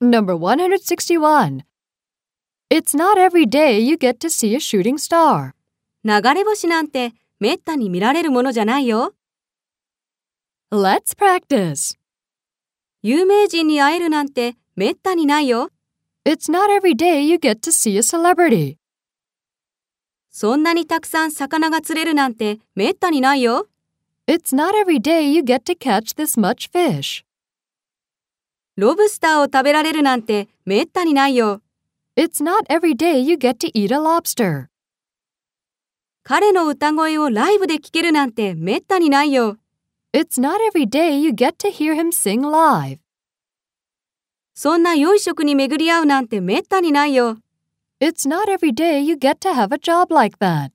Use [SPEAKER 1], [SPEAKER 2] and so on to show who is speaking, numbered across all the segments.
[SPEAKER 1] Number 161. It's not every day you get to see a shooting star.
[SPEAKER 2] 流れ星なんてめったに見られるものじゃないよ。
[SPEAKER 1] Let's practice.
[SPEAKER 2] 有名人に会えるなんてめったにないよ。
[SPEAKER 1] It's not every day you get to see a celebrity.
[SPEAKER 2] そんなにたくさん魚が釣れるなんてめったにないよ。
[SPEAKER 1] It's not every day you get to catch this much fish.
[SPEAKER 2] ロブスターを食べられるなんてめったにないよ。
[SPEAKER 1] It's not every day you get to eat a lobster.
[SPEAKER 2] 彼の歌声をライブで聴けるなんてめったにないよ。
[SPEAKER 1] It's not every day you get to hear him sing live.
[SPEAKER 2] そんな良い職に巡り合うなんてめったにないよ。
[SPEAKER 1] It's not every day you get to have a job like that.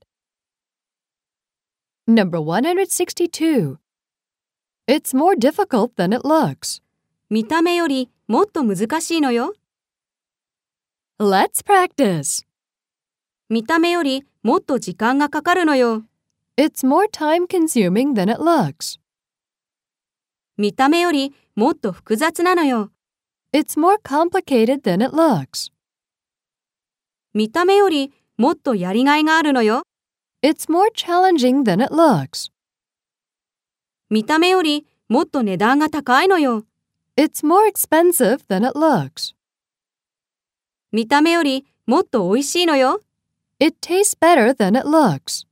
[SPEAKER 1] Number 162. It's more difficult than it looks.
[SPEAKER 2] 見た目よりもっと難しいのよ。
[SPEAKER 1] Let's practice.
[SPEAKER 2] 見た目よりもっと時間がかかるのよ。
[SPEAKER 1] It's more time consuming than it looks.
[SPEAKER 2] 見た目よりもっと複雑なのよ。
[SPEAKER 1] It's more complicated than it looks.
[SPEAKER 2] 見た目よりもっとやりがいがあるのよ。
[SPEAKER 1] It's more challenging than it looks.
[SPEAKER 2] 見た目よりもっと値段が高いのよ。
[SPEAKER 1] It's more expensive than it looks.
[SPEAKER 2] 見た目よりもっと美味しいのよ。
[SPEAKER 1] It tastes better than it looks.